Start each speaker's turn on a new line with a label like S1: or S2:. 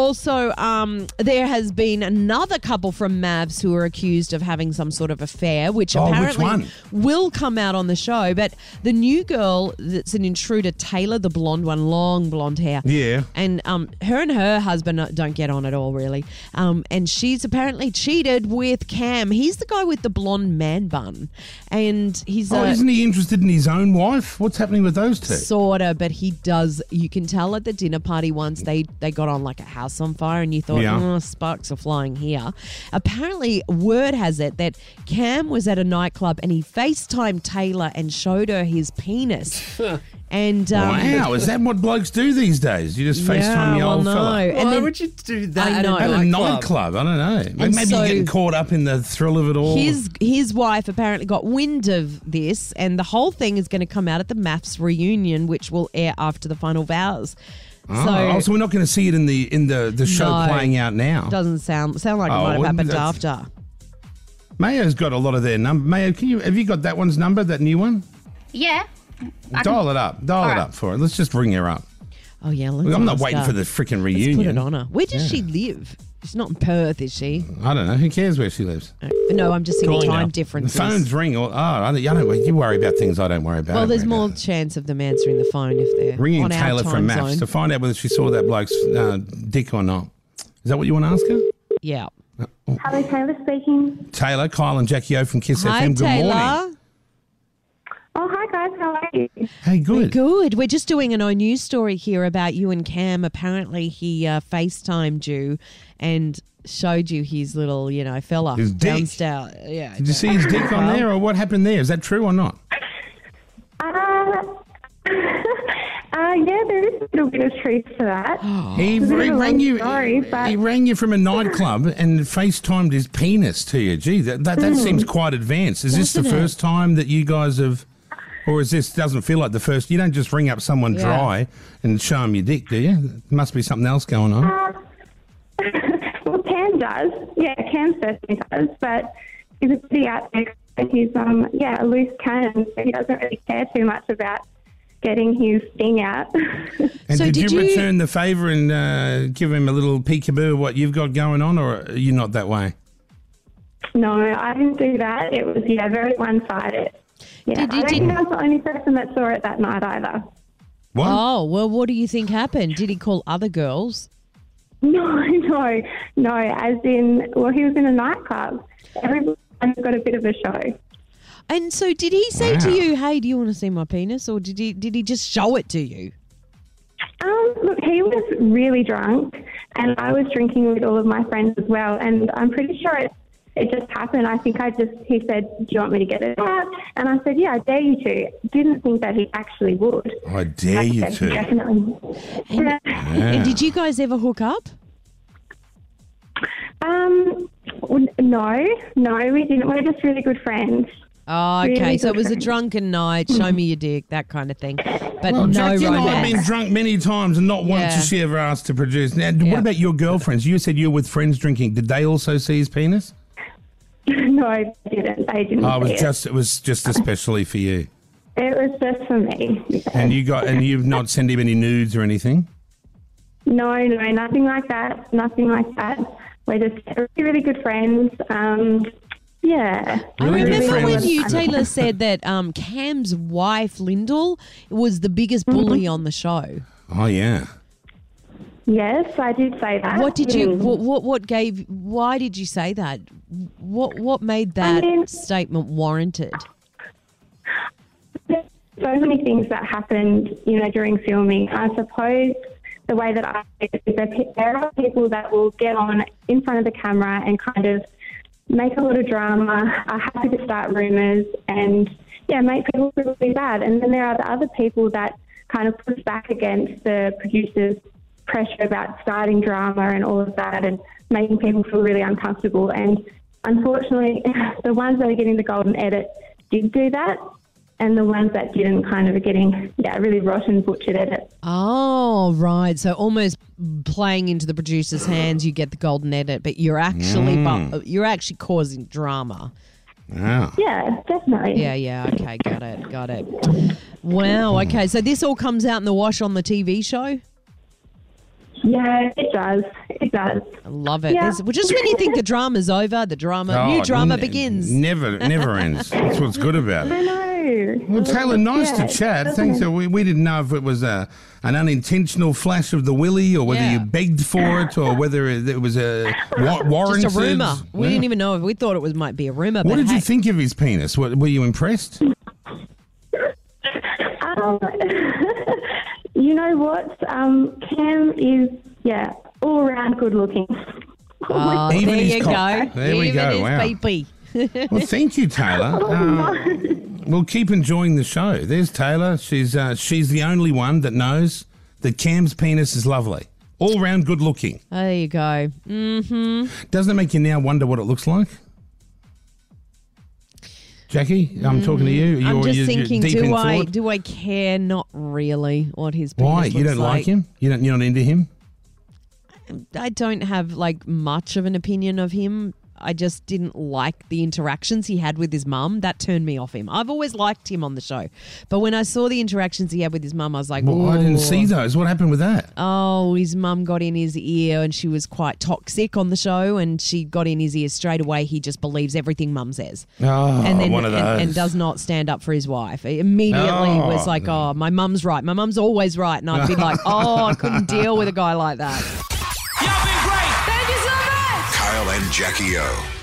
S1: also, um, there has been another couple from Mavs who are accused of having some sort of affair, which
S2: Oh, which
S1: apparently
S2: one?
S1: will come out on the show. But the new girl that's an intruder, Taylor, the blonde one, long blonde hair.
S2: Yeah.
S1: And um, her and her husband uh, don't get on at all, really. Um, and she's apparently cheated with Cam. He's the guy with the blonde man bun. And he's uh,
S2: Oh,
S1: a.
S2: isn't he interested in his own wife? What's happening with those two?
S1: Sorta, but he does. You can tell at the dinner party once they they got on like a house on fire, and you thought,
S2: Yeah.
S1: oh, sparks are flying here. Apparently, word has it that Cam was at a nightclub and he FaceTimed Taylor and showed her his penis. and um,
S2: wow, is that what blokes do these days? You just FaceTime
S1: yeah,
S2: your
S1: well,
S2: old
S1: no.
S2: fella.
S1: And
S3: Why
S1: then
S3: would you do that
S1: I
S3: at
S1: know.
S3: a
S2: At a
S3: nightclub?
S2: nightclub, I don't know. Maybe, maybe
S1: so-
S2: you're getting caught up in the thrill of it all.
S1: His his wife apparently got wind of this, and the whole thing is going to come out at the maths reunion, which will air after the final vows.
S2: Oh, oh, so we're not going to see it in the in the, the show
S1: No.
S2: playing out now.
S1: Doesn't sound sound like it
S2: Oh,
S1: might have
S2: wouldn't
S1: happened
S2: that-
S1: after.
S2: Mayo's got a lot of their number. Mayo, can you have you got that one's number? That new one?
S4: Yeah. I
S2: Dial
S4: can,
S2: it up. Dial it
S4: Alright.
S2: up for it. Let's just ring her up.
S1: Oh yeah, let's
S2: I'm not
S1: ask
S2: waiting
S1: her.
S2: for the freaking
S1: Let's
S2: reunion.
S1: put it on her. Where does she live? She's not in Perth, is she?
S2: I don't know. Who cares where she lives?
S1: No, I'm just seeing
S3: Calling
S1: time
S3: now.
S2: The
S1: differences.
S2: phones ring. All, oh, I don't, I don't. You worry about things I don't worry about. I
S1: well,
S2: don't
S1: there's
S2: worry about
S1: more
S2: that.
S1: chance of them answering the phone if they're
S2: Ringing
S1: on
S2: Taylor
S1: our
S2: from
S1: time
S2: Maps
S1: zone.
S2: to find out whether she saw that bloke's uh, dick or not. Is that what you want to ask her?
S1: yeah.
S5: Hello, Taylor speaking.
S2: Taylor, Kyle, and Jackie O from Kiss
S1: Hi,
S2: FM. Good
S1: Taylor.
S2: morning.
S5: Oh, hi guys, how are you?
S2: Hey, good.
S1: Good. We're just doing an O news story here about you and Cam. Apparently, he uh, FaceTimed you and showed you his little, you know, fella
S2: His dick.
S1: downstairs. Yeah.
S2: Did you see his dick on there, or what happened there? Is that true or not?
S5: Uh, uh, yeah, there is a little bit of truth to that.
S1: Oh.
S2: He, he
S5: It's a bit of
S2: rang
S5: a long
S2: you.
S5: story,
S2: he,
S5: but-
S2: he rang you from a nightclub and FaceTimed his penis to you. Gee, that that, that seems quite advanced. Is this the
S1: Doesn't Hmm. it?
S2: first time that you guys have, or is this doesn't feel like the first? You don't just ring up someone
S1: Yeah.
S2: dry and show them your dick, do you? There must be something else going on.
S5: Uh, well, Cam does. Yeah, Cam certainly does, but he's a pretty out there. guy. He's um, yeah, a loose cannon. So he doesn't really care too much about getting his thing out.
S2: And
S1: So
S2: did,
S1: did
S2: you,
S1: you-
S2: return the favour and uh, give him a little peekaboo of what you've got going on, or are you not that way?
S5: no, I didn't do that. It was yeah, very one-sided. Yeah,
S1: Did you-
S5: I don't
S1: did-
S5: think I was the only person that saw it that night either.
S2: What?
S1: Oh, well, what do you think happened? Did he call other girls?
S5: No, no, no. As in, well, he was in a nightclub. Everyone's got a bit of a show.
S1: And so, did he say to
S2: Wow.
S1: you, "Hey, do you want to see my penis?" Or did he did he just show it to you?
S5: Um, look, he was really drunk, and I was drinking with all of my friends as well. And I'm pretty sure it it just happened. I think I just he said, "Do you want me to get it out?" And I said, "Yeah, I dare you to." Didn't think that he actually would.
S2: I dare you
S5: Okay,
S2: to.
S5: Definitely. Yeah.
S1: And did you guys ever hook up?
S5: Um, no, no, we didn't. We're just really good friends.
S1: Oh, okay.
S5: Really
S1: so it was a
S5: different.
S1: drunken night. Show me your dick, that kind of thing. But
S2: Well,
S1: no
S2: Jackie and I have been
S1: romance.
S2: drunk many times, and not once
S1: Yeah.
S2: has she ever asked to produce. Now,
S1: Yeah.
S2: what about your girlfriends? You said you were with friends drinking. Did they also see his penis?
S5: no, they didn't. They didn't.
S2: Oh, it was
S5: see it.
S2: just it was just especially for you.
S5: It was just for me.
S2: And you got and you've not sent him any nudes or anything.
S5: No, no, nothing like that. Nothing like that. We're just really, really good friends. Um, yeah.
S2: Really
S1: I
S2: good
S1: remember when
S2: friends.
S1: you, Taylor, said that um, Cam's wife, Lyndall, was the biggest bully on the show.
S2: Oh yeah.
S5: Yes, I did say that.
S1: What did you?
S5: Mm.
S1: What, what? What gave? Why did you say that? What? What made that
S5: mean-
S1: statement warranted?
S5: There's so many things that happened, you know, during filming. I suppose the way that I see it is that pe- there are people that will get on in front of the camera and kind of make a lot of drama, are happy to start rumours, and yeah, make people feel really bad. And then there are the other people that kind of push back against the producers' pressure about starting drama and all of that, and making people feel really uncomfortable. And unfortunately, the ones that are getting the golden edit did do that and the ones that didn't kind of are getting yeah really rotten butchered at it.
S1: Oh, right. So almost playing into the producer's hands, you get the golden edit, but you're actually
S2: Mm.
S1: bu- you're actually causing drama.
S2: Wow.
S5: Yeah, definitely.
S1: Yeah, yeah. Okay, got it, got it. Wow. Okay, so this all comes out in the wash on the TV show.
S5: Yeah, it does. It does.
S1: I love it.
S5: Yeah.
S1: There's- well, just when you think the drama's over, the drama, new
S2: Oh,
S1: drama
S2: n-
S1: begins.
S2: Never, never ends. That's what's good about it.
S5: I know.
S2: Well, Taylor, nice
S5: Yeah,
S2: to chat.
S5: doesn't
S2: Thanks.
S5: it?
S2: So we, we didn't know if it was a, an unintentional flash of the willy or whether
S1: Yeah.
S2: you begged for it or whether it, it was a wa- warranted.
S1: just a rumor. We
S2: Yeah.
S1: didn't even know. We thought it was might be a rumor.
S2: What
S1: but
S2: did
S1: hey,
S2: you think of his penis? What, were you impressed?
S5: Um, you know what? Um, Cam is, yeah, all around good looking.
S1: Oh,
S2: Even
S1: there
S2: his
S1: you
S2: cock.
S1: go.
S2: There we
S1: Even
S2: go,
S1: his
S2: wow.
S1: pee-pee.
S2: Well, thank you, Taylor.
S1: Oh,
S2: Um, we'll keep enjoying the show. There's Taylor. She's uh, she's the only one that knows that Cam's penis is lovely, all round good looking.
S1: There you go.
S2: Doesn't it make you now wonder what it looks like? Jackie, I'm talking to you.
S1: Mm, I'm
S2: You're-
S1: just
S2: you're- you're
S1: thinking,
S2: deep in
S1: do I
S2: thought.
S1: do I care? Not really. What his penis
S2: Why? You
S1: looks
S2: don't like him? You don't. You're not into him?
S1: I don't have like much of an opinion of him. I just didn't like the interactions he had with his mum. That turned me off him. I've always liked him on the show, but when I saw the interactions he had with his mum, I was like,
S2: Well, I
S1: "Ooh."
S2: didn't see those. What happened with that?
S1: Oh, his mum got in his ear and she was quite toxic on the show and she got in his ear straight away. He just believes everything mum says.
S2: Oh,
S1: and then
S2: one of
S1: And, and
S2: those.
S1: does not stand up for his wife. He Immediately
S2: No.
S1: was like, "Oh, my mum's right. My mum's always right." And I'd be like, "Oh, I couldn't deal with a guy like that."
S3: Kyle and Jackie O.